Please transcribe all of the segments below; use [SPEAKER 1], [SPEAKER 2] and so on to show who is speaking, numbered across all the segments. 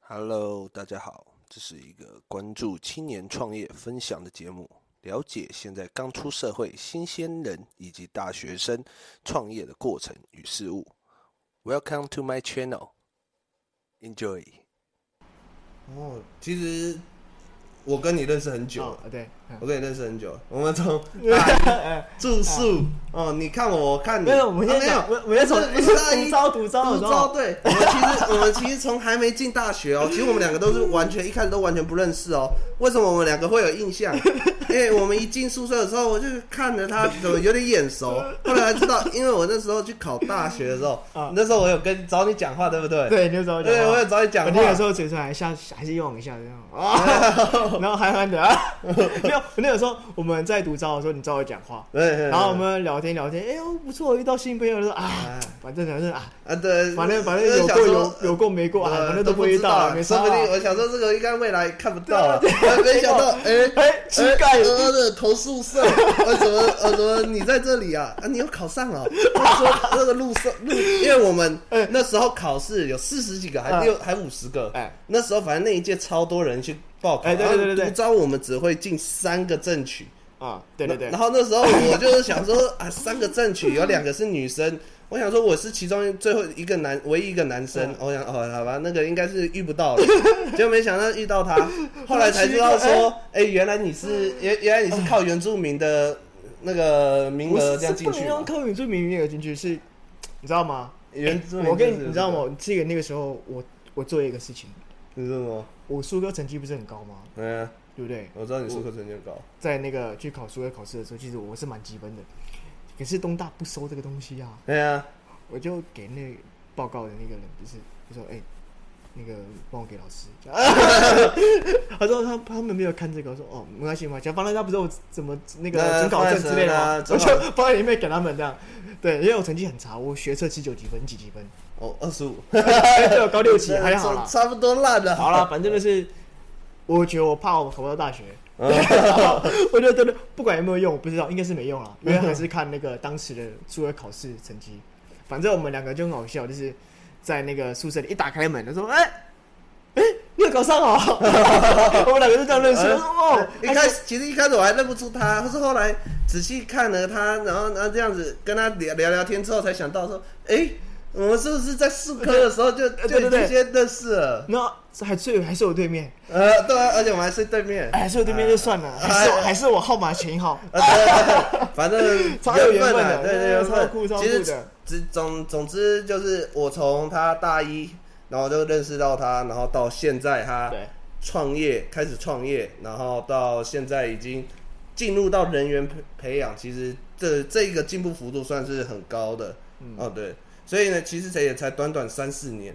[SPEAKER 1] Hello，大家好，这是一个关注青年创业分享的节目，了解现在刚出社会新鲜人以及大学生创业的过程与事物。Welcome to my channel. Enjoy. 哦，其实我跟你认识很久了，
[SPEAKER 2] 哦，对，嗯
[SPEAKER 1] 我跟你认识很久了，我们从 大一住宿哦，你看我，我看你，
[SPEAKER 2] 没有，我们
[SPEAKER 1] 啊
[SPEAKER 2] 先
[SPEAKER 1] 没有
[SPEAKER 2] 讲，，我我们先从
[SPEAKER 1] 不是不是 大一
[SPEAKER 2] 独招独招
[SPEAKER 1] 不
[SPEAKER 2] 独
[SPEAKER 1] 知道，
[SPEAKER 2] 招，
[SPEAKER 1] 对，我们其实我们其实从还没进大学哦，其实我们两个都是完全一开始都完全不认识哦。为什么我们两个会有印 象？因为我们一进宿舍的时候，我就看着他怎么有点眼熟，后来才知 道，因为我那时候去考大学的时候
[SPEAKER 2] 啊，
[SPEAKER 1] 那时候我有跟找你讲话，对不对？，
[SPEAKER 2] 对，那时候
[SPEAKER 1] 对，我有
[SPEAKER 2] 我
[SPEAKER 1] 找你讲
[SPEAKER 2] 我
[SPEAKER 1] 话
[SPEAKER 2] 那个时。候嘴唇还下还是用一下这样 啊，然后憨憨的啊， 没有，我那个时候我们在独招的时候，你找我讲话，
[SPEAKER 1] 对，对
[SPEAKER 2] 然后我们聊天聊天，哎呦不错，遇到新朋友说啊，
[SPEAKER 1] 哎
[SPEAKER 2] 反正反正啊，
[SPEAKER 1] 啊，对，
[SPEAKER 2] 反正反正
[SPEAKER 1] 就是
[SPEAKER 2] 有
[SPEAKER 1] 想
[SPEAKER 2] 过
[SPEAKER 1] 说
[SPEAKER 2] 有有过没过啊，
[SPEAKER 1] 呃
[SPEAKER 2] 反正
[SPEAKER 1] 都
[SPEAKER 2] 不会
[SPEAKER 1] 知道
[SPEAKER 2] 到，
[SPEAKER 1] 啊，
[SPEAKER 2] 没
[SPEAKER 1] 说
[SPEAKER 2] 差
[SPEAKER 1] 不定
[SPEAKER 2] 啊。
[SPEAKER 1] 我想说这个应该未来看不到了，没没想到，哎
[SPEAKER 2] 哎，乞丐
[SPEAKER 1] 呃的投宿舍，呃怎么呃怎么你在这里啊？啊你有考上哦？我说那个路上路，因为我们
[SPEAKER 2] 哎
[SPEAKER 1] 那时候考试有四十几个，还
[SPEAKER 2] 嗯
[SPEAKER 1] 六还五十个
[SPEAKER 2] 哎，
[SPEAKER 1] 那时候反正那一届超多人去报考，
[SPEAKER 2] 哎对对对
[SPEAKER 1] 然后
[SPEAKER 2] 对对
[SPEAKER 1] 独招我们只会进三个正取。
[SPEAKER 2] 啊，对对对
[SPEAKER 1] 然，后那时候我就是想 说啊，三个正取有两个是女生，我想说我是其中最后一个男，唯一一个男
[SPEAKER 2] 嗯
[SPEAKER 1] 生。我想哦，好吧，那个应该是遇不到 了，结果没想到遇到他，后来才知道说，哎、原来你是原原来你是靠原住民的那个名
[SPEAKER 2] 不
[SPEAKER 1] 额
[SPEAKER 2] 是
[SPEAKER 1] 这
[SPEAKER 2] 是
[SPEAKER 1] 样进
[SPEAKER 2] 不
[SPEAKER 1] 去
[SPEAKER 2] 能
[SPEAKER 1] 嘛
[SPEAKER 2] 用。客语最名那个进去是，你知道吗？哎
[SPEAKER 1] 原住民、
[SPEAKER 2] 我跟你你知道？吗？这个那个时候我我做一个事情，
[SPEAKER 1] 你知道吗？
[SPEAKER 2] 我数科成绩不是很高吗？
[SPEAKER 1] 嗯、
[SPEAKER 2] 对不对？
[SPEAKER 1] 我知道你数
[SPEAKER 2] 哦
[SPEAKER 1] 科成绩很高，
[SPEAKER 2] 在那个去考数科考试的时候，其实我是满积分的，可是东大不收这个东西啊，
[SPEAKER 1] 对啊，
[SPEAKER 2] 我就给那个报告的那个人，就是就说哎、那个帮我给老师， 他说他他们没有看这个，我说哦没关系嘛，讲反正他不是有怎么那个
[SPEAKER 1] 那
[SPEAKER 2] 准考证之类的嘛，
[SPEAKER 1] 放在身
[SPEAKER 2] 我
[SPEAKER 1] 啊
[SPEAKER 2] 就放在里面给他们这样，对，因为我成绩很差，我学测七九几分 几几分，
[SPEAKER 1] 哦，二十五，
[SPEAKER 2] 哎对我高 六级还好啦，
[SPEAKER 1] 差不多烂了。
[SPEAKER 2] 好啦，反正就是，我觉得我怕我考不到大学，
[SPEAKER 1] 嗯
[SPEAKER 2] 然后 我就真的不管有没有用，我不知道，应该是没用了，因为还是看那个当时的数学考试成绩。反正我们两个就很好笑，就是在那个宿舍里一打开门，他说：“哎、哎、你有考上哦！” 我们两个就 这样认识，我说：“哦，
[SPEAKER 1] 呃一开始其实一开始我还认不出他，可是后来仔细看了他，然后然后这样子跟他聊聊聊天之后，才想到说，哎、我们是不是在数科的时候 就
[SPEAKER 2] 对
[SPEAKER 1] 就已
[SPEAKER 2] 对
[SPEAKER 1] 经
[SPEAKER 2] 对
[SPEAKER 1] 先认识了？
[SPEAKER 2] 然后还睡还睡我对面，
[SPEAKER 1] 呃，对、啊，而且我们还睡对面。
[SPEAKER 2] 哎，睡我对面就算了，还是我还是我号码前一号。
[SPEAKER 1] 啊，对，反 正
[SPEAKER 2] 超有缘分的
[SPEAKER 1] 啊，对对，
[SPEAKER 2] 对
[SPEAKER 1] 缘
[SPEAKER 2] 超
[SPEAKER 1] 分
[SPEAKER 2] 酷超酷
[SPEAKER 1] 其实
[SPEAKER 2] 的
[SPEAKER 1] 只总总之就是我从他大一，然后就认识到他，然后到现在他
[SPEAKER 2] 对，
[SPEAKER 1] 创业开始创业，然后到现在已经进入到人员培培养，其实这这一个进步幅度算是很高的。哦，对，所以呢，其实也才短短三四年。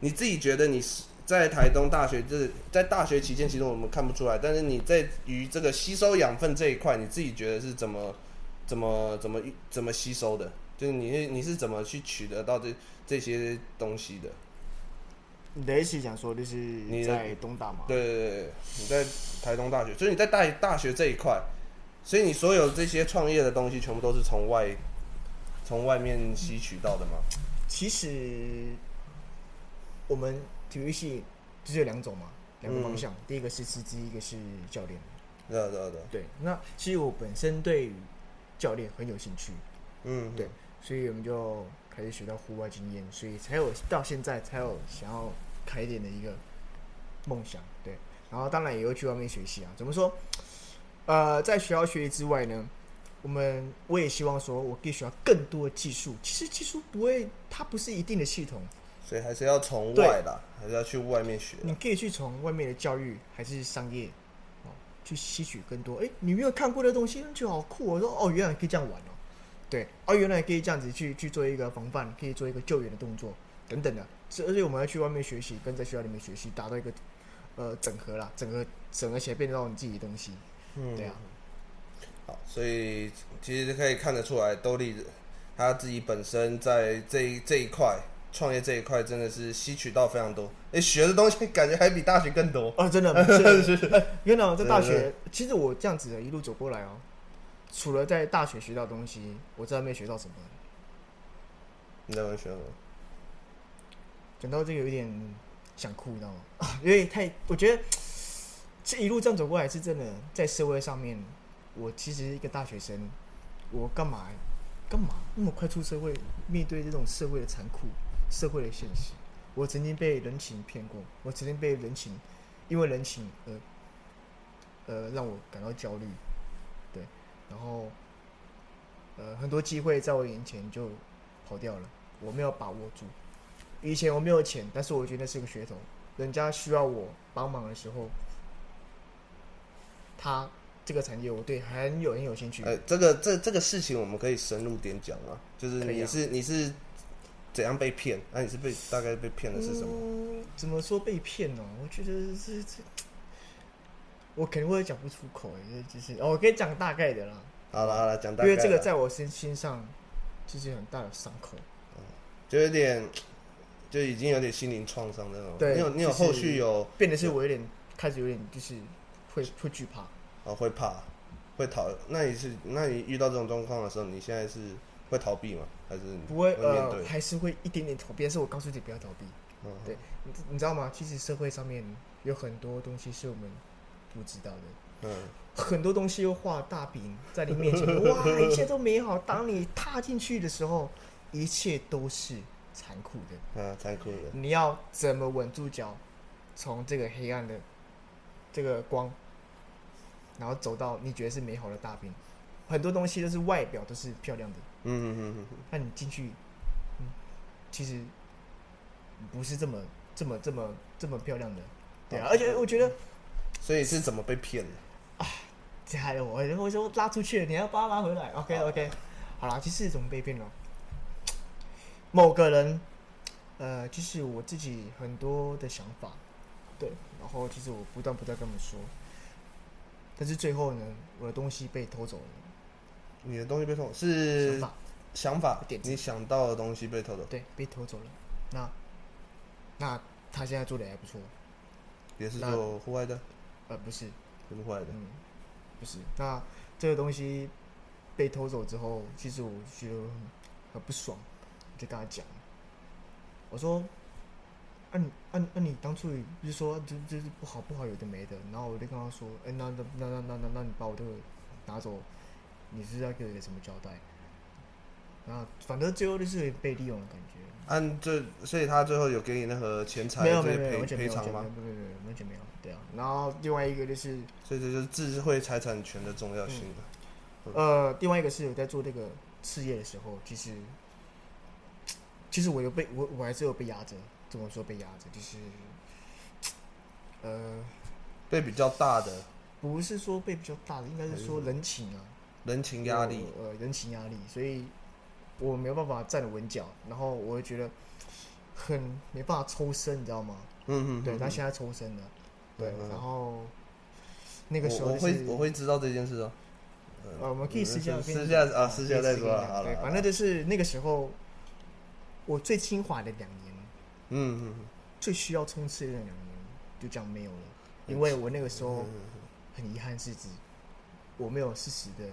[SPEAKER 1] 你自己觉得你是在台东大学，就是在大学期间，其实我们看不出来，但是你在于这个吸收养分这一块，你自己觉得是怎么怎么怎么怎么吸收的？就是你是你是怎么去取得到这这些东西的？
[SPEAKER 2] 你的意思讲说就是
[SPEAKER 1] 的
[SPEAKER 2] 在东大嘛？
[SPEAKER 1] 对对对对，你在台东大学，所以你在大大学这一块，所以你所有这些创业的东西，全部都是从外从外面吸取到的嘛？
[SPEAKER 2] 其实我们体育系就是有两种嘛，两个方向，
[SPEAKER 1] 嗯
[SPEAKER 2] 第一个是司机，一个是教练。
[SPEAKER 1] 对啊对啊对啊，
[SPEAKER 2] 对，那其实我本身对于教练很有兴趣，
[SPEAKER 1] 嗯，
[SPEAKER 2] 对，所以我们就开始学到户外经验，所以才有到现在才有想要开店的一个梦想，对。然后当然也会去外面学习啊。怎么说？呃，在学校学习之外呢，我们我也希望说我可以学到更多的技术。其实技术不会，它不是一定的系统，
[SPEAKER 1] 所以还是要从外啦，还是要去外面学。
[SPEAKER 2] 你可以去从外面的教育还是商业，哦，去吸取更多。诶，你没有看过的东西，嗯觉得好酷哦、我说哦，原来可以这样玩哦，对，哦，原来可以这样子去去做一个防范，可以做一个救援的动作等等的。所以而且我们要去外面学习，跟在学校里面学习，达到一个呃整合啦，整合整合起来变成到你自己的东西。
[SPEAKER 1] 嗯
[SPEAKER 2] 对啊，
[SPEAKER 1] 好，所以其实可以看得出来，兜利他自己本身在这一这一块创业这一块，真的是吸取到非常多，哎、学的东西感觉还比大学更多。
[SPEAKER 2] 哦，真的， 是是。哎原来我在大
[SPEAKER 1] 真
[SPEAKER 2] 学，其实我这样子的一路走过来哦，除了在大学学到东西，我在外面学到什么？
[SPEAKER 1] 你在外面学什么？
[SPEAKER 2] 讲到这个有点想哭，你知道吗？ 啊，因为太，我觉得这一路这样走过来是真的，在社会上面，我其实一个大学生，我干嘛干嘛那么快出社会，面对这种社会的残酷、社会的现实，我曾经被人情骗过，我曾经被人情，因为人情而呃让我感到焦虑，对，然后呃很多机会在我眼前就跑掉了，我没有把握住。以前我没有钱，但是我觉得那是个噱头，人家需要我帮忙的时候，他这个产业我对很有很有兴趣。
[SPEAKER 1] 呃，这个这这个事情我们可以深入点讲吗？就是
[SPEAKER 2] 可以
[SPEAKER 1] 你
[SPEAKER 2] 啊
[SPEAKER 1] 是、你是怎样被骗？那、你是被大概被骗的是什么？
[SPEAKER 2] 嗯怎么说被骗呢、我觉得这这，我肯定会讲不出口哎、这就是哦，我可以讲大概的啦，
[SPEAKER 1] 好了好了，讲大
[SPEAKER 2] 因
[SPEAKER 1] 概
[SPEAKER 2] 为这个
[SPEAKER 1] 啦
[SPEAKER 2] 在我身心上就是很大的伤口。
[SPEAKER 1] 就有点就已经有点心灵创伤的那种。
[SPEAKER 2] 对
[SPEAKER 1] 你有你有
[SPEAKER 2] 就是
[SPEAKER 1] 后续有
[SPEAKER 2] 变得是我有点开始有点就是会会惧怕，
[SPEAKER 1] 哦会怕会逃？那你是那你遇到这种状况的时候，你现在是会逃避吗？还是你
[SPEAKER 2] 不会
[SPEAKER 1] 会面
[SPEAKER 2] 呃
[SPEAKER 1] 对？
[SPEAKER 2] 还是会一点点逃避，但是我告诉自己不要逃避。
[SPEAKER 1] 嗯
[SPEAKER 2] 对，你你知道吗？其实社会上面有很多东西是我们不知道的，
[SPEAKER 1] 嗯，
[SPEAKER 2] 很多东西又画大饼在你面前，哇，一切都美好。当你踏进去的时候，一切都是残酷的。
[SPEAKER 1] 啊，残酷的，
[SPEAKER 2] 你要怎么稳住脚，从这个黑暗的这个光，然后走到你觉得是美好的大饼。很多东西都是外表都是漂亮的，
[SPEAKER 1] 嗯嗯嗯嗯
[SPEAKER 2] 那你进去，嗯，其实不是这么这么这么这么漂亮的，对啊，
[SPEAKER 1] 哦
[SPEAKER 2] 而且我觉得，
[SPEAKER 1] 所以是怎么被骗的？
[SPEAKER 2] 这还有我，我说拉出去了，你还要把它拉回来，OK OK，好啦，其实怎么被骗了？某个人，呃，就是我自己很多的想法，对，然后其实我不断不断跟他们说，但是最后呢，我的东西被偷走了，
[SPEAKER 1] 你的东西被偷是
[SPEAKER 2] 想法。
[SPEAKER 1] 想法
[SPEAKER 2] 点，子
[SPEAKER 1] 你想到的东西被偷走，
[SPEAKER 2] 对，被偷走了。那那他现在做的还不错，
[SPEAKER 1] 也是
[SPEAKER 2] 那
[SPEAKER 1] 做户外的，
[SPEAKER 2] 呃，不是，
[SPEAKER 1] 不是户外的。
[SPEAKER 2] 嗯，不是。那这个东西被偷走之后，其实我觉得很很不爽，我就跟他讲，我说，啊你啊你啊你当初不是说这这是不好不好有的没的，然后我就跟他说，哎、那那那那那那那你把我这个拿走，你是要给我一个什么交代？然后反正最后就是被利用的感觉，
[SPEAKER 1] 按啊这，所以他最后有给你那个钱财
[SPEAKER 2] 没有
[SPEAKER 1] 这
[SPEAKER 2] 没
[SPEAKER 1] 些
[SPEAKER 2] 有没有，
[SPEAKER 1] 赔
[SPEAKER 2] 完全
[SPEAKER 1] 赔
[SPEAKER 2] 没有，
[SPEAKER 1] 偿
[SPEAKER 2] 完全没有
[SPEAKER 1] 吗？，
[SPEAKER 2] 没有没有完全没有，对啊。然后另外一个就是
[SPEAKER 1] 所以这就是智慧财产权的重要性了。
[SPEAKER 2] 嗯呃，另外一个是我在做这个事业的时候，其实其实我有被我我还是有被压着，怎么说被压着？就是呃，
[SPEAKER 1] 被比较大的
[SPEAKER 2] 不是说被比较大的，应该是说人情啊，
[SPEAKER 1] 人情压力，
[SPEAKER 2] 我，呃，人情压力，所以我没有办法站得稳脚，然后我会觉得很没办法抽身，你知道吗？
[SPEAKER 1] 嗯嗯，
[SPEAKER 2] 对，
[SPEAKER 1] 嗯
[SPEAKER 2] 他现在抽身了，对
[SPEAKER 1] 嗯，嗯
[SPEAKER 2] 然后那个时
[SPEAKER 1] 我
[SPEAKER 2] 候
[SPEAKER 1] 我
[SPEAKER 2] 就是
[SPEAKER 1] 会我会知道这件事哦。嗯
[SPEAKER 2] 呃，我们可以私下跟你
[SPEAKER 1] 私下
[SPEAKER 2] 讲
[SPEAKER 1] 啊，私下再说啊。好
[SPEAKER 2] 对
[SPEAKER 1] 了，，
[SPEAKER 2] 反正就是那个时候，我最精华的两年，
[SPEAKER 1] 嗯嗯
[SPEAKER 2] 最需要冲刺的那两年，就这样没有了。因为我那个
[SPEAKER 1] 嗯
[SPEAKER 2] 时候
[SPEAKER 1] 嗯，
[SPEAKER 2] 很遗憾是指我没有适时的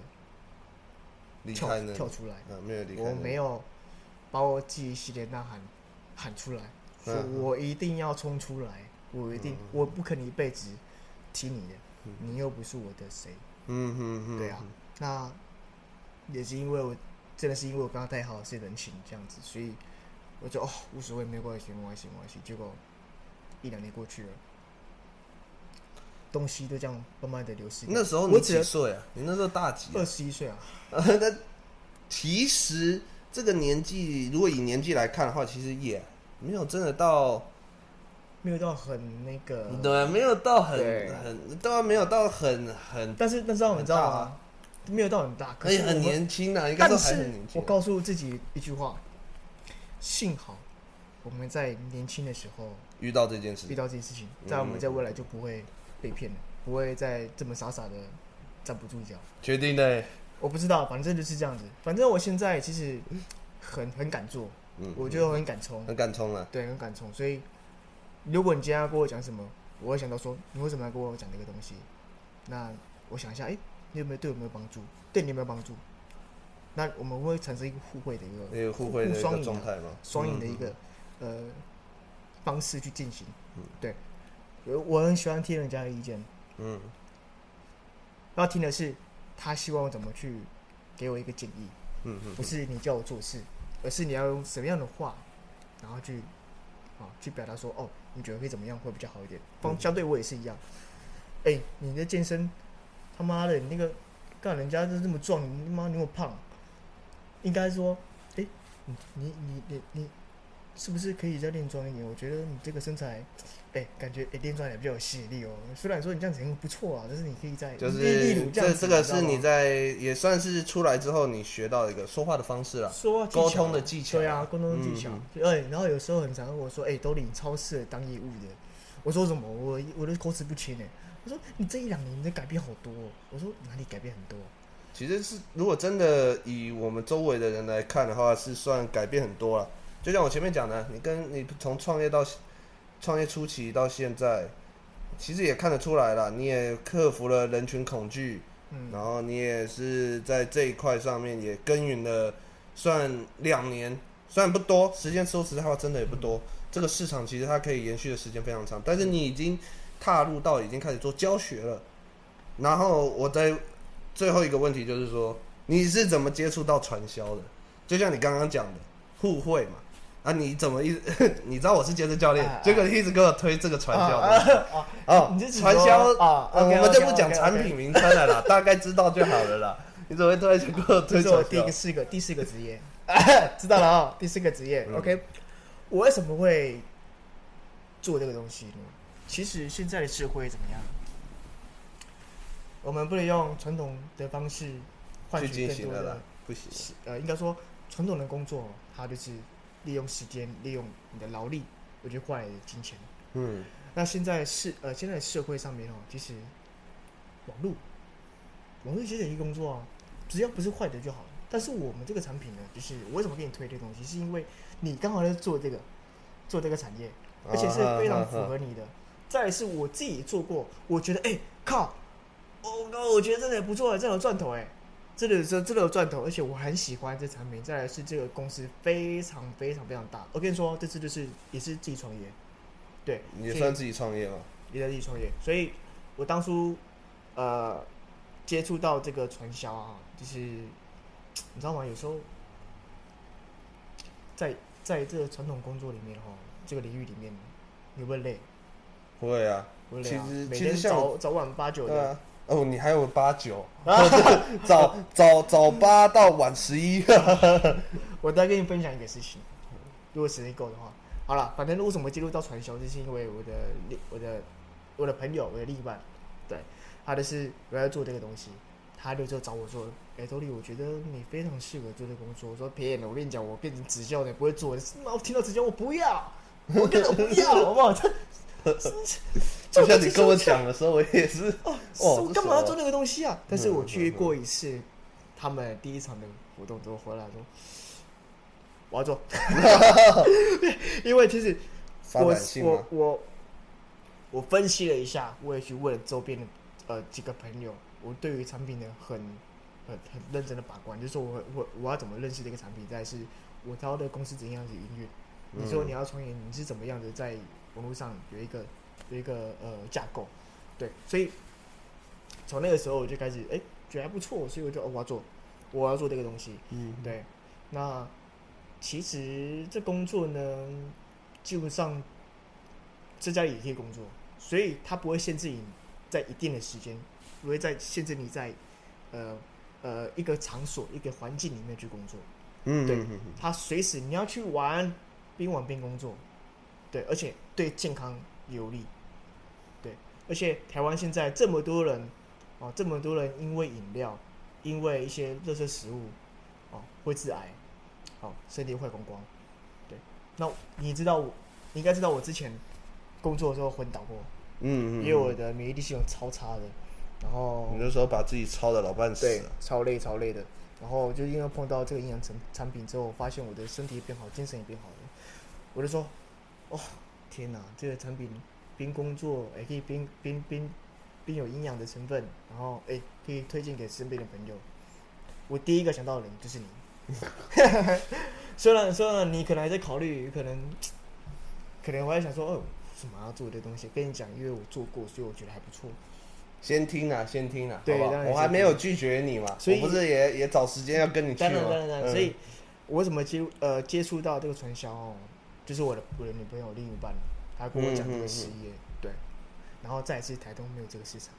[SPEAKER 1] 离
[SPEAKER 2] 跳
[SPEAKER 1] 开呢？
[SPEAKER 2] 跳出来，
[SPEAKER 1] 嗯，没有离开，
[SPEAKER 2] 我没
[SPEAKER 1] 有，
[SPEAKER 2] 有把我自己系列呐喊喊出来，说
[SPEAKER 1] 嗯嗯
[SPEAKER 2] 我一定要冲出来，我一定我不可能一辈子听你的，你又不是我的谁。
[SPEAKER 1] 嗯嗯嗯，
[SPEAKER 2] 对啊，那也是因为我真的是因为我刚刚带好是人情这样子，所以我就哦无所谓，没关系，没关系，没关系。结果一两年过去了，东西都这样慢慢的流失掉。
[SPEAKER 1] 那时候
[SPEAKER 2] 我
[SPEAKER 1] 你
[SPEAKER 2] 只
[SPEAKER 1] 几岁啊？你那时候大几啊？
[SPEAKER 2] 二十一岁啊，
[SPEAKER 1] 呃， 那其实这个年纪，如果以年纪来看的话，其实也没有真的到，
[SPEAKER 2] 没有到很那个，
[SPEAKER 1] 对，没有到很
[SPEAKER 2] 对
[SPEAKER 1] 很，当然没有到很很，
[SPEAKER 2] 但是但是你知道
[SPEAKER 1] 很大
[SPEAKER 2] 吗
[SPEAKER 1] 啊？
[SPEAKER 2] 没有到很大，可
[SPEAKER 1] 可以
[SPEAKER 2] 是我
[SPEAKER 1] 很
[SPEAKER 2] 们
[SPEAKER 1] 年轻啊，应该
[SPEAKER 2] 但
[SPEAKER 1] 都还
[SPEAKER 2] 是
[SPEAKER 1] 很年轻
[SPEAKER 2] 我
[SPEAKER 1] 啊。
[SPEAKER 2] 告诉自己一句话：幸好我们在年轻的时候
[SPEAKER 1] 遇到这件事
[SPEAKER 2] 遇，到这件事情，
[SPEAKER 1] 嗯
[SPEAKER 2] 这样我们在未来就不会被骗了，不会再这么傻傻的站不住脚。
[SPEAKER 1] 决定的，
[SPEAKER 2] 我不知道，反正就是这样子。反正我现在其实很很敢做，
[SPEAKER 1] 嗯，
[SPEAKER 2] 我觉得我很敢冲，
[SPEAKER 1] 很敢冲了。啊
[SPEAKER 2] 对，很敢冲。所以如果你今天要跟我讲什么，我会想到说你为什么要跟我讲这个东西？那我想一下，哎、你有没有对我有没有帮助？对你有没有帮助？那我们会产生一个互惠的一个
[SPEAKER 1] 那个互惠的一
[SPEAKER 2] 双
[SPEAKER 1] 个
[SPEAKER 2] 赢
[SPEAKER 1] 状
[SPEAKER 2] 啊
[SPEAKER 1] 态嘛，
[SPEAKER 2] 双赢的一个、呃方式去进行。对，我我很喜欢听人家的意见，
[SPEAKER 1] 嗯，
[SPEAKER 2] 要听的是他希望我怎么去给我一个建议，
[SPEAKER 1] 嗯嗯
[SPEAKER 2] 不是你叫我做事，而是你要用什么样的话，然后去啊去表达说，哦，你觉得会怎么样会比较好一点。
[SPEAKER 1] 嗯
[SPEAKER 2] 方相对我也是一样，哎、你的健身，他妈的，你那个干人家就这么壮，你他妈你那么胖，应该说，哎、你你你你你是不是可以再练壮一点？我觉得你这个身材。哎、感觉哎，练壮也比较有吸引力哦。虽然说你这样子很不错啊，但是你可以在
[SPEAKER 1] 就
[SPEAKER 2] 例
[SPEAKER 1] 是
[SPEAKER 2] 如这
[SPEAKER 1] 这
[SPEAKER 2] 样子
[SPEAKER 1] 这个
[SPEAKER 2] 知道
[SPEAKER 1] 是你
[SPEAKER 2] 吗
[SPEAKER 1] 在也算是出来之后你学到一个说话的方式啦，
[SPEAKER 2] 说话技巧
[SPEAKER 1] 沟通的技巧
[SPEAKER 2] 对啊，沟通的技巧
[SPEAKER 1] 嗯。
[SPEAKER 2] 对、哎然后有时候很常跟我说，哎、都领超市的当业务的。我说什么？我我的口齿不清哎、我说你这一两年你的改变好多、哦。我说哪里改变很多？
[SPEAKER 1] 其实是如果真的以我们周围的人来看的话，是算改变很多了。就像我前面讲的，你跟你从创业到创业初期到现在，其实也看得出来了，你也克服了人群恐惧，
[SPEAKER 2] 嗯，
[SPEAKER 1] 然后你也是在这一块上面也耕耘了，算两年，虽然不多，时间说实在话真的也不多。这个市场其实它可以延续的时间非常长，但是你已经踏入到已经开始做教学了。然后我在最后一个问题就是说，你是怎么接触到传销的？就像你刚刚讲的互惠嘛，啊，你怎么一直你知道我是健身教练，
[SPEAKER 2] 啊啊
[SPEAKER 1] 结果你一直给我推这个传销的。
[SPEAKER 2] 啊
[SPEAKER 1] 哦
[SPEAKER 2] 你是，指
[SPEAKER 1] 传
[SPEAKER 2] 说
[SPEAKER 1] 销
[SPEAKER 2] 啊
[SPEAKER 1] 呃
[SPEAKER 2] OK，
[SPEAKER 1] 我们就
[SPEAKER 2] OK，
[SPEAKER 1] 不讲
[SPEAKER 2] OK，
[SPEAKER 1] 产品名称了 啦，大概知道就好了啦。你怎么会突然想给我
[SPEAKER 2] 这
[SPEAKER 1] 推
[SPEAKER 2] 是
[SPEAKER 1] 传
[SPEAKER 2] 我第一
[SPEAKER 1] 销
[SPEAKER 2] 个？四个第四个职业， 知道了啊、第四个职业、
[SPEAKER 1] 嗯
[SPEAKER 2] OK，我为什么会做这个东西呢？其实现在的社会怎么样？我们不能用传统的方式换
[SPEAKER 1] 去
[SPEAKER 2] 取
[SPEAKER 1] 进
[SPEAKER 2] 更
[SPEAKER 1] 行
[SPEAKER 2] 多
[SPEAKER 1] 的
[SPEAKER 2] 的
[SPEAKER 1] 啦，不行。
[SPEAKER 2] 是呃，应该说传统的工作，它就是利用时间、利用你的劳力，我就换来的金钱。
[SPEAKER 1] 嗯
[SPEAKER 2] 那现在是呃，现在社会上面哦，其实网络，网络其实也是工作啊，只要不是坏的就好了。但是我们这个产品呢，就是我为什么给你推这个东西，是因为你刚好在做这个做这个产业，
[SPEAKER 1] 啊
[SPEAKER 2] 而且是非常符合你的。再来是我自己做过，我觉得哎、靠，我、哦、我觉得真的也不错，真的有赚头哎、真的真真的有赚头，而且我很喜欢这产品。再来是这个公司非常非常非常大，我跟你说，这次就是也是自己创业，对，
[SPEAKER 1] 也
[SPEAKER 2] 所以
[SPEAKER 1] 算自己创业嘛。
[SPEAKER 2] 也在自己创业，所以我当初呃接触到这个传销啊，就是你知道吗？有时候在在这个传统工作里面哈，这个领域里面，你会不会累？
[SPEAKER 1] 会啊，
[SPEAKER 2] 会不会
[SPEAKER 1] 其
[SPEAKER 2] 累啊？
[SPEAKER 1] 实
[SPEAKER 2] 每
[SPEAKER 1] 其实
[SPEAKER 2] 天
[SPEAKER 1] 像
[SPEAKER 2] 早
[SPEAKER 1] 我
[SPEAKER 2] 早晚八九
[SPEAKER 1] 对
[SPEAKER 2] 的，
[SPEAKER 1] 啊，哦，你还有八 九，哦
[SPEAKER 2] 啊
[SPEAKER 1] 早早早八到晚十一。
[SPEAKER 2] 我再跟你分享一个事情，如果时间够的话，好了，反正为什么接触到传销，就是因为我的另我的我的朋友，我的另一半，对，他就是我要做这个东西，他就就找我说，哎、周丽，我觉得你非常适合做这个工作。我说别演了，我跟你讲，我变成直销的不会做，妈，我听到直销我不要，我根本不要，好不好？他
[SPEAKER 1] 就像你跟我讲的时候，我也是，嗯
[SPEAKER 2] 哦，
[SPEAKER 1] 哦
[SPEAKER 2] 我
[SPEAKER 1] 这
[SPEAKER 2] 干嘛要
[SPEAKER 1] 什么
[SPEAKER 2] 做那个东西啊？但是我去过一
[SPEAKER 1] 嗯
[SPEAKER 2] 次，他们第一场的活动之后回来 说，我要做， 因为其实
[SPEAKER 1] 发
[SPEAKER 2] 我
[SPEAKER 1] 展性
[SPEAKER 2] 我
[SPEAKER 1] 嘛。
[SPEAKER 2] 我我分析了一下，我也去问了周边的呃几个朋友，我对于产品的很很很认真的把关，就是说我我我要怎么认识这个产品，再来是我挑的公司怎样子营运。你说
[SPEAKER 1] 嗯
[SPEAKER 2] 你要创业，你是怎么样的在网络上有一个有一个呃架构？对，所以从那个时候我就开始哎、觉得还不错，所以我就、哦、我要做我要做这个东西。
[SPEAKER 1] 嗯，
[SPEAKER 2] 对，那其实这工作呢，基本上在家里也可以工作，所以它不会限制你在一定的时间，不会在限制你在呃呃一个场所、一个环境里面去工作。
[SPEAKER 1] 嗯，
[SPEAKER 2] 对
[SPEAKER 1] 嗯嗯嗯
[SPEAKER 2] 它随时你要去玩，边玩边工作，对，而且对健康有利，对，而且台湾现在这么多人，哦，这么多人因为饮料，因为一些热色食物，哦，会致癌，哦，身体会光光，对，那你知道我，你应该知道我之前工作的时候昏倒过，
[SPEAKER 1] 嗯，嗯
[SPEAKER 2] 因为我的免疫力系统超差的，然后
[SPEAKER 1] 你那时候把自己操的老半死啊
[SPEAKER 2] 对
[SPEAKER 1] 了，，
[SPEAKER 2] 超累超累的。然后就因为碰到这个营养产产品之后，我发现我的身体也变好，精神也变好了。我就说，哦，天哪，这个产品边工作也可以边边边边有营养的成分，然后哎可以推荐给身边的朋友。我第一个想到的人就是 你，虽然虽然你可能还在考虑，可能可能我在想说，哦，为什么要做这东西？跟你讲，因为我做过，所以我觉得还不错。
[SPEAKER 1] 先听啊，先听啊，
[SPEAKER 2] 对
[SPEAKER 1] 好不
[SPEAKER 2] 当
[SPEAKER 1] 好？
[SPEAKER 2] 然
[SPEAKER 1] 我还没有拒绝你嘛，
[SPEAKER 2] 所以
[SPEAKER 1] 我不是也也找时间要 跟你去哦嗯
[SPEAKER 2] 当然，当
[SPEAKER 1] 吗？
[SPEAKER 2] 然，当然。所以，我怎么接呃接触到这个传销哦，就是我的我的女朋友另一半，她跟我讲这个事业，对。然后再一次，台东没有这个市场，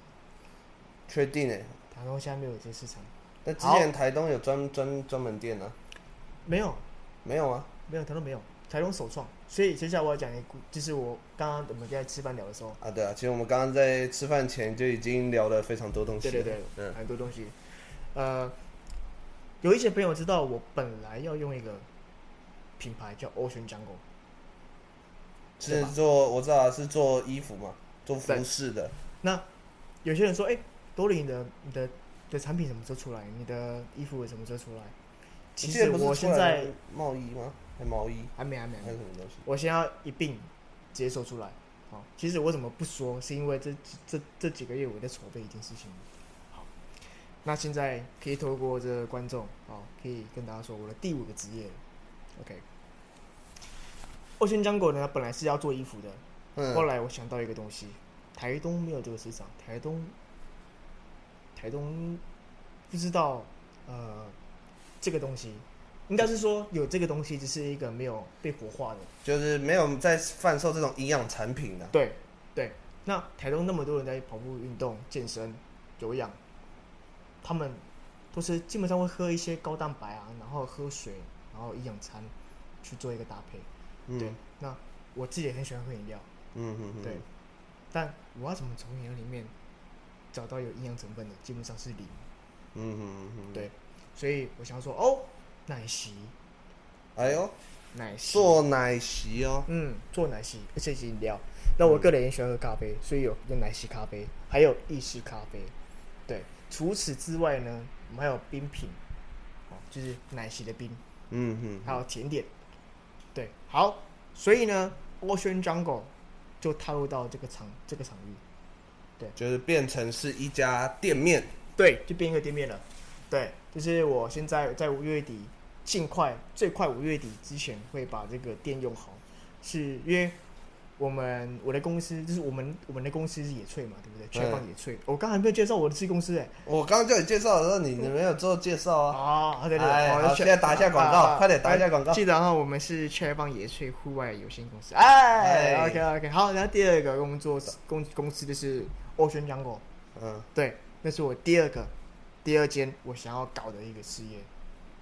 [SPEAKER 1] 确定诶、
[SPEAKER 2] 台东现在没有这个市场，
[SPEAKER 1] 那之前台东有专专专门店呢、
[SPEAKER 2] 没有，
[SPEAKER 1] 没有啊？
[SPEAKER 2] 没有，台东没有，台东首创。所以接下来我要讲一个故，就是我刚刚我们在吃饭聊的时候，
[SPEAKER 1] 啊，对啊，其实我们刚刚在吃饭前就已经聊了非常多东西
[SPEAKER 2] 对
[SPEAKER 1] 了。
[SPEAKER 2] 对对，
[SPEAKER 1] 嗯，
[SPEAKER 2] 很多东西，呃，有一些朋友知道我本来要用一个品牌叫 Ocean Jungle，对
[SPEAKER 1] 是
[SPEAKER 2] 吧
[SPEAKER 1] 做我知道啊是做衣服嘛，做服饰的。
[SPEAKER 2] 那有些人说，哎、多林，你的你的你的产品什么时候出来？你的衣服什么时候出来？其
[SPEAKER 1] 记得
[SPEAKER 2] 实
[SPEAKER 1] 不是
[SPEAKER 2] 我
[SPEAKER 1] 出
[SPEAKER 2] 现
[SPEAKER 1] 来
[SPEAKER 2] 在
[SPEAKER 1] 贸易吗？还毛衣
[SPEAKER 2] 还没还没，还
[SPEAKER 1] 还
[SPEAKER 2] 没
[SPEAKER 1] 是什么东西？
[SPEAKER 2] 我先要一并直接说出来。好，其实我怎么不说，是因为这这这几个月我在筹备一件事情。好，那现在可以透过这个观众，好，可以跟大家说我的第五个职业了 OK，欧轩浆果呢，本来是要做衣服的，后
[SPEAKER 1] 嗯，
[SPEAKER 2] 来我想到一个东西，台东没有这个市场，台东，台东不知道呃这个东西，应该是说有这个东西，只是一个没有被活化的。
[SPEAKER 1] 就是没有在贩售这种营养产品的、
[SPEAKER 2] 对对，那台东那么多人在跑步、运动、健身、有氧，他们都是基本上会喝一些高蛋白啊，然后喝水，然后营养餐去做一个搭配。
[SPEAKER 1] 嗯
[SPEAKER 2] 对
[SPEAKER 1] 嗯，
[SPEAKER 2] 那我自己也很喜欢喝饮料。
[SPEAKER 1] 嗯嗯，
[SPEAKER 2] 对，但我要怎么从饮料里面找到有营养成分的，基本上是零。
[SPEAKER 1] 嗯嗯嗯，
[SPEAKER 2] 对，所以我想要说，哦，奶昔，
[SPEAKER 1] 哎呦，
[SPEAKER 2] 奶昔，
[SPEAKER 1] 做奶昔哦，
[SPEAKER 2] 嗯，做奶昔，而且是饮料。
[SPEAKER 1] 嗯
[SPEAKER 2] 那我个人也喜欢喝咖啡，所以有有奶昔咖啡，还有意式咖啡。对，除此之外呢，我们还有冰品，哦，就是奶昔的冰，
[SPEAKER 1] 嗯嗯，
[SPEAKER 2] 还有甜点。对，好，所以呢，Ocean Jungle 就踏入到这个场这个场域。
[SPEAKER 1] 就是变成是一家店面。
[SPEAKER 2] 对，就变一个店面了。对，就是我现在在五月底，尽快最快五月底之前会把这个店用好，是因为我们我的公司就是我们我们的公司是野翠嘛，对不对？全放野翠，我刚才没有介绍我的子公司哎、
[SPEAKER 1] 我刚刚叫你介绍的时候，你你没有做介绍啊？
[SPEAKER 2] 啊，对对
[SPEAKER 1] 哎
[SPEAKER 2] 对，
[SPEAKER 1] 好现在打一下广告快点打一下广告
[SPEAKER 2] 记得哈，我们是雀邦野翠户外有限公司。哎
[SPEAKER 1] 哎
[SPEAKER 2] o k OK，好，然后第二个工作公公司就是欧轩浆果，
[SPEAKER 1] 嗯，
[SPEAKER 2] 对，那是我第二个第二间我想要搞的一个事业。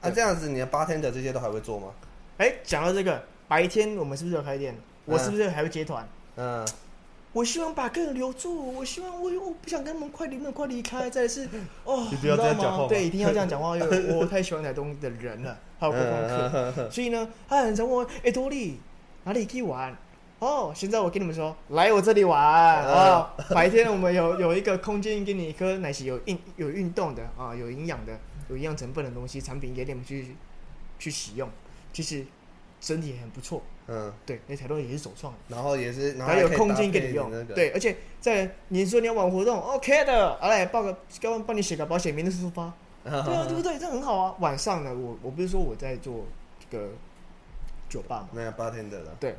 [SPEAKER 1] 那
[SPEAKER 2] 对
[SPEAKER 1] 啊这样子，你的 bartender 这些都还会做吗？
[SPEAKER 2] 哎，讲到这个，白天我们是不是有开店？我是不是还会接团？
[SPEAKER 1] 嗯，
[SPEAKER 2] 我希望把客人留住，我希望我我不想跟他们快离，他们快离开。再 来是，哦，
[SPEAKER 1] 你不要这样
[SPEAKER 2] 知道吗
[SPEAKER 1] 讲话嘛
[SPEAKER 2] 对，一定要这样讲话，因为我我太喜欢台东的人了，还有观光客，
[SPEAKER 1] 客，
[SPEAKER 2] 所以呢，他很常问我，哎，多利哪里可以玩？哦，现在我跟你们说，来我这里玩
[SPEAKER 1] 嗯
[SPEAKER 2] 哦。白天我们有 有一个空间给你喝奶昔，有运有运动的啊，有营养的，有营养成分的东西产品给你们去去使用，其实整体很不错。
[SPEAKER 1] 嗯，
[SPEAKER 2] 对，那台东也是首创的，
[SPEAKER 1] 然后也是，然后
[SPEAKER 2] 还有
[SPEAKER 1] 可以
[SPEAKER 2] 空
[SPEAKER 1] 搭
[SPEAKER 2] 间给
[SPEAKER 1] 配
[SPEAKER 2] 你用
[SPEAKER 1] 那。个，
[SPEAKER 2] 对，而且在你说你要玩活动，OK 的，好来报个，要帮你写个保险，明天出发。 对啊，对不对？这很好啊。晚上呢，我我不是说我在做这个酒吧嘛，
[SPEAKER 1] 那个 bartender 了，
[SPEAKER 2] 对。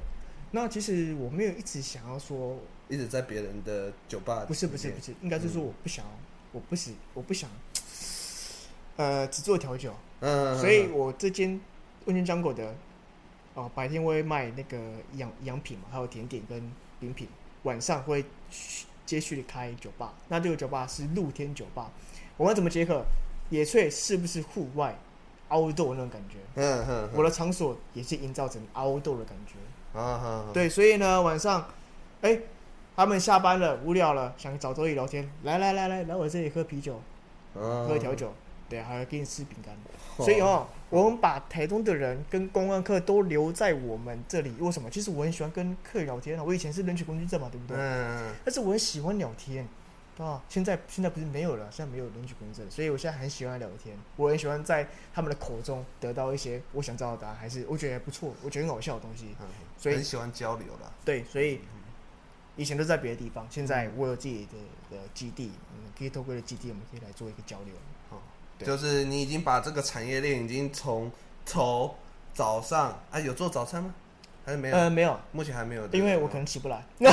[SPEAKER 2] 那其实我没有一直想要说，
[SPEAKER 1] 一直在别人的酒吧，
[SPEAKER 2] 不是不是不，是，应该是说我不想，我不是我不想，呃，只做调酒。
[SPEAKER 1] 嗯，
[SPEAKER 2] 所以我这间温泉浆果的，哦，白天会卖那个养养品嘛，还有甜点跟饮品，晚上会续接续的开酒吧。那这个酒吧是露天酒吧，我们要怎么结合？野翠是不是户外 outdoor 那种感觉？
[SPEAKER 1] 嗯嗯，
[SPEAKER 2] 我的场所也是营造成 outdoor 的感觉。
[SPEAKER 1] 啊哈，
[SPEAKER 2] 对，所以呢，晚上，哎、他们下班了，无聊了，想找周易聊天，来来来来来我这里喝啤酒，喝
[SPEAKER 1] 喝
[SPEAKER 2] 调，酒，对，还要给你吃饼干。所以哦，我们把台东的人跟公安客都留在我们这里，为什么？其实我很喜欢跟客人聊天啊，我以前是人群工具证嘛，对不对？
[SPEAKER 1] 嗯，
[SPEAKER 2] 但是我很喜欢聊天，啊，现在现在不是没有了，现在没有人群工具证，所以我现在很喜欢聊天，我很喜欢在他们的口中得到一些我想知道的答案，还是我觉得还不错，我觉得很好笑的东西。所
[SPEAKER 1] 嗯
[SPEAKER 2] 以
[SPEAKER 1] 很喜欢交流啦，
[SPEAKER 2] 对，所以
[SPEAKER 1] 嗯
[SPEAKER 2] 以前都在别的地方，现在我有自己的的基地，我们可以透过这基地，我们可以来做一个交流。哦对
[SPEAKER 1] 就是你已经把这个产业链已经从头早上啊，有做早餐吗？还是没有？
[SPEAKER 2] 呃，没有，
[SPEAKER 1] 目前还没有，
[SPEAKER 2] 因为我可能起不来。
[SPEAKER 1] 嗯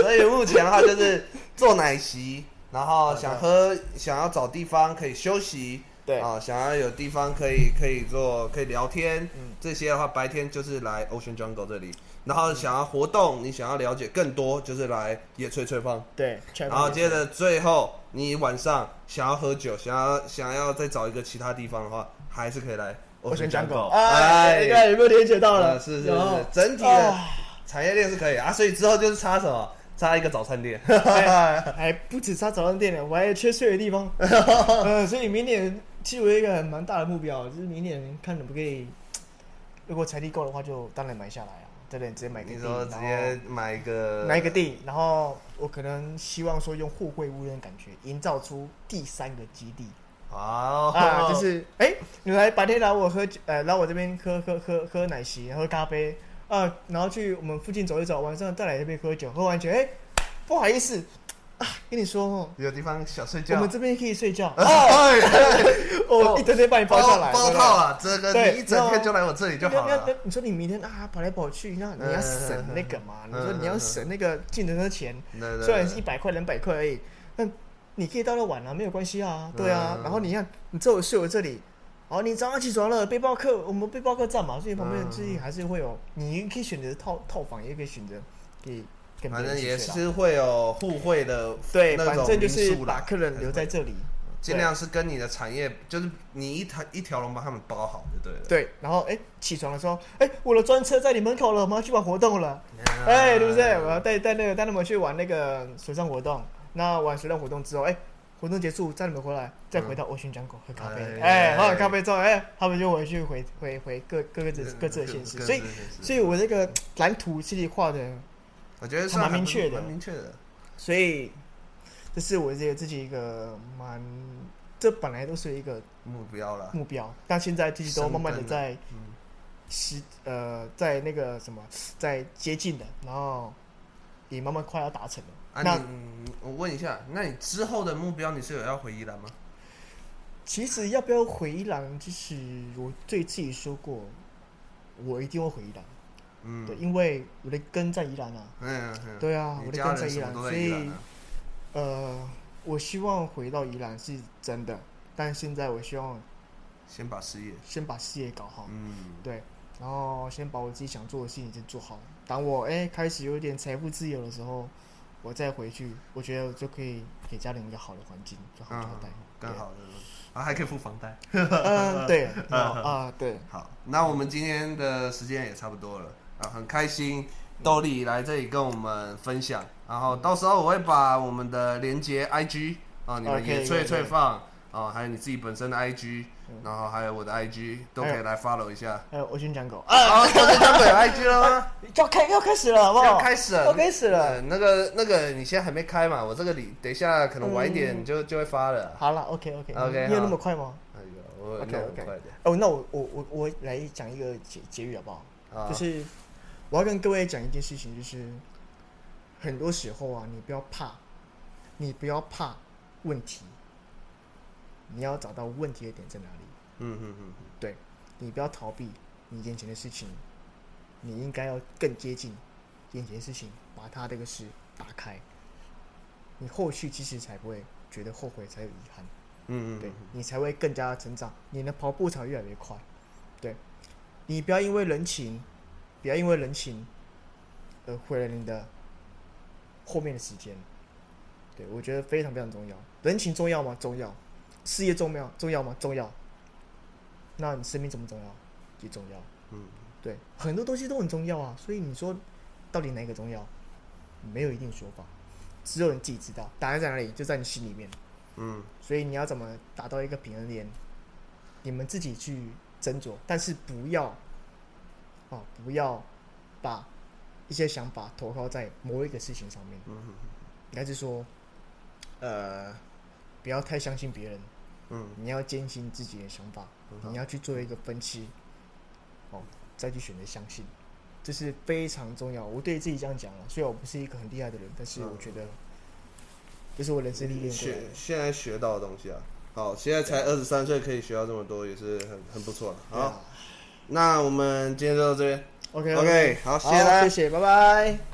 [SPEAKER 1] 所以目前的话就是做奶昔，然后想喝，想要找地方可以休息，
[SPEAKER 2] 对
[SPEAKER 1] 啊，想要有地方可以可以做，可以聊天，
[SPEAKER 2] 嗯
[SPEAKER 1] 这些的话白天就是来 Ocean Jungle 这里，然后想要活动，你想要了解更多，就是来野炊炊放。
[SPEAKER 2] 对，全
[SPEAKER 1] 然后接着最后，你晚上想要喝酒，想要想要再找一个其他地方的话，还是可以来
[SPEAKER 2] 我选讲狗，哎，
[SPEAKER 1] 哎
[SPEAKER 2] 你，看有没有理解到了？
[SPEAKER 1] 呃是是
[SPEAKER 2] 有
[SPEAKER 1] 是，整体的
[SPEAKER 2] 啊
[SPEAKER 1] 产业链是可以啊，所以之后就是差什么，差一个早 餐店。
[SPEAKER 2] 还哎不止他早上店了，我还有缺睡的 地方。呃，所以明年其实我有一个很蛮大的目标，就是明年看怎么可以，如果财力够的话，就当然买下来啊，对不对？直接买个
[SPEAKER 1] 你
[SPEAKER 2] 地，
[SPEAKER 1] 说直接呃买一
[SPEAKER 2] 然
[SPEAKER 1] 个
[SPEAKER 2] 后买一个地，然后我可能希望说用货柜屋的感觉，营造出第三个基地。
[SPEAKER 1] 好
[SPEAKER 2] 啊，就是哎、你来白天来我喝酒，呃，来我这边喝喝喝喝奶昔，喝咖啡，啊，然后去我们附近走一走，晚上再来这边喝酒，喝完酒，哎、不好意思啊，跟你说哦，
[SPEAKER 1] 有地方想睡
[SPEAKER 2] 我
[SPEAKER 1] 觉。
[SPEAKER 2] 们这边可以睡觉，
[SPEAKER 1] 哎，
[SPEAKER 2] 我一整天把你包下来，
[SPEAKER 1] 包
[SPEAKER 2] 对不对
[SPEAKER 1] 套。啊，这个
[SPEAKER 2] 对
[SPEAKER 1] 你一整天就来我这里就好
[SPEAKER 2] 你要
[SPEAKER 1] 了
[SPEAKER 2] 你要。你说你明天啊跑来跑去，那你要省那个嘛？
[SPEAKER 1] 嗯
[SPEAKER 2] 你说你要省那个进程的钱，
[SPEAKER 1] 对对对
[SPEAKER 2] 虽然是一百块两百块而已，但你可以到那晚啊，没有关系啊，对啊。
[SPEAKER 1] 嗯
[SPEAKER 2] 然后你看，你这我睡我这里，哦，你早上起床了，背包客我们背包客站嘛，所以旁边
[SPEAKER 1] 嗯
[SPEAKER 2] 自己还是会有，你可以选择套套房，也可以选择给跟别
[SPEAKER 1] 反
[SPEAKER 2] 人
[SPEAKER 1] 正
[SPEAKER 2] 一起
[SPEAKER 1] 也
[SPEAKER 2] 睡啦
[SPEAKER 1] 是会有互惠的，
[SPEAKER 2] 对，
[SPEAKER 1] 那
[SPEAKER 2] 反
[SPEAKER 1] 种
[SPEAKER 2] 正就
[SPEAKER 1] 民
[SPEAKER 2] 是
[SPEAKER 1] 宿啦
[SPEAKER 2] 把客人留在这里，
[SPEAKER 1] 尽量是跟你的产业，就是你一条一条龙帮他们包好就对了。
[SPEAKER 2] 对。然后哎，起床的时候，哎，我的专车在你门口了，我们要去玩活动了。
[SPEAKER 1] 嗯
[SPEAKER 2] 哎，对不对？我要带带那个带他们去玩那个水上活动。那玩水上活动之后，哎，活动结束，带你们回来，再回到欧旋江口喝咖啡。
[SPEAKER 1] 哎
[SPEAKER 2] 哎，喝完咖啡之后，哎，他们就回去回回回各各个自各自的县市。
[SPEAKER 1] 各自
[SPEAKER 2] 所以
[SPEAKER 1] 各自的县，市
[SPEAKER 2] 所以我这个蓝图系列画的，
[SPEAKER 1] 我觉得
[SPEAKER 2] 还
[SPEAKER 1] 算
[SPEAKER 2] 蛮明确的
[SPEAKER 1] 蛮明确的。
[SPEAKER 2] 所以这是我这个自己一个蛮，这本来都是一个
[SPEAKER 1] 目标嗯了。
[SPEAKER 2] 目标，但现在其实都慢慢的
[SPEAKER 1] 深耕
[SPEAKER 2] 在实呃在那个什么在接近的，然后也慢慢快要达成了。
[SPEAKER 1] 啊，
[SPEAKER 2] 那
[SPEAKER 1] 你嗯我问一下，那你之后的目标你是有要回宜兰吗？
[SPEAKER 2] 其实要不要回伊朗，就是我对自己说过，我一定会回伊朗。
[SPEAKER 1] 嗯，
[SPEAKER 2] 对，因为我的根在伊朗啊。
[SPEAKER 1] 嗯，嗯
[SPEAKER 2] 对啊
[SPEAKER 1] 你
[SPEAKER 2] 我的
[SPEAKER 1] 家
[SPEAKER 2] 根在
[SPEAKER 1] 人
[SPEAKER 2] 宜
[SPEAKER 1] 什么
[SPEAKER 2] 兰
[SPEAKER 1] 都
[SPEAKER 2] 所
[SPEAKER 1] 在宜
[SPEAKER 2] 以
[SPEAKER 1] 兰啊。
[SPEAKER 2] 呃，我希望回到伊朗是真的，但现在我希望
[SPEAKER 1] 先把事业，
[SPEAKER 2] 先把事业搞好，
[SPEAKER 1] 嗯，
[SPEAKER 2] 对，然后先把我自己想做的事情先做好。当我哎、开始有点财富自由的时候，我再回去，我觉得我就可以给家人一个好的环境，就好交代。
[SPEAKER 1] 更好的，啊，还可以付房贷。
[SPEAKER 2] 对。嗯，对，然后啊、对，
[SPEAKER 1] 好，那我们今天的时间也差不多了啊，很开心豆力来这里跟我们分享，然后到时候我会把我们的连接 IG 啊，你们
[SPEAKER 2] OK，嗯
[SPEAKER 1] 也脆
[SPEAKER 2] 对
[SPEAKER 1] 脆
[SPEAKER 2] 对
[SPEAKER 1] 放啊，还有你自己本身的 IG，然后还有我的 IG 都可
[SPEAKER 2] 还
[SPEAKER 1] 以
[SPEAKER 2] 有
[SPEAKER 1] 来 follow 一下。
[SPEAKER 2] 还有我先讲狗啊，
[SPEAKER 1] 啊，我这张有 IG 了吗？
[SPEAKER 2] 要开要开始了，好不好？
[SPEAKER 1] 要开始了，
[SPEAKER 2] 哦要开始了。
[SPEAKER 1] 嗯那个那个，你现在还没开嘛？我这个里等一下可能晚一
[SPEAKER 2] 嗯
[SPEAKER 1] 点就就会发了。
[SPEAKER 2] 好了，OK OK
[SPEAKER 1] OK，
[SPEAKER 2] 你有那
[SPEAKER 1] 好
[SPEAKER 2] 么快吗
[SPEAKER 1] 哎呦，我弄
[SPEAKER 2] OK，
[SPEAKER 1] 得
[SPEAKER 2] OK
[SPEAKER 1] 快点。
[SPEAKER 2] 哦，那我我我我来讲一个结结语好不好？
[SPEAKER 1] 啊
[SPEAKER 2] 就是我要跟各位讲一件事情，就是很多时候啊，你不要怕，你不要怕问题，你要找到问题的点在哪里。
[SPEAKER 1] 嗯嗯嗯
[SPEAKER 2] 对，你不要逃避你眼前的事情，你应该要更接近眼前的事情，把它这个事打开，你后续其实才不会觉得后悔，才有遗憾。
[SPEAKER 1] 嗯嗯，
[SPEAKER 2] 对你才会更加成长，你的跑步才会越来越快。对，你不要因为人情，不要因为人情而毁了你的后面的时间。对我觉得非常非常重要，人情重要吗？重要，事业重要重要吗？重要。那你生命重不重要？也重要。
[SPEAKER 1] 嗯
[SPEAKER 2] 对，很多东西都很重要啊，所以你说到底哪个重要，没有一定说法，只有你自己知道。答案在哪里，就在你心里面。
[SPEAKER 1] 嗯
[SPEAKER 2] 所以你要怎么达到一个平衡点，你们自己去斟酌，但是不要哦，不要把一些想法投靠在某一个事情上面，
[SPEAKER 1] 嗯嗯
[SPEAKER 2] 应该是说，呃，不要太相信别人，
[SPEAKER 1] 嗯
[SPEAKER 2] 你要坚信自己的想法，你要去做一个分析，哦，再去选择相信，这是非常重要。我对自己这样讲了，虽然我不是一个很厉害的人，但是我觉得这是我人生历练过来
[SPEAKER 1] 学
[SPEAKER 2] 的。
[SPEAKER 1] 现在学到的东西啊。好，现在才二十三岁，可以学到这么多，也是很很不错了。
[SPEAKER 2] 对啊
[SPEAKER 1] 好，那我们今天就到这边。
[SPEAKER 2] OK
[SPEAKER 1] OK，好，谢谢大家
[SPEAKER 2] 谢。谢，拜拜。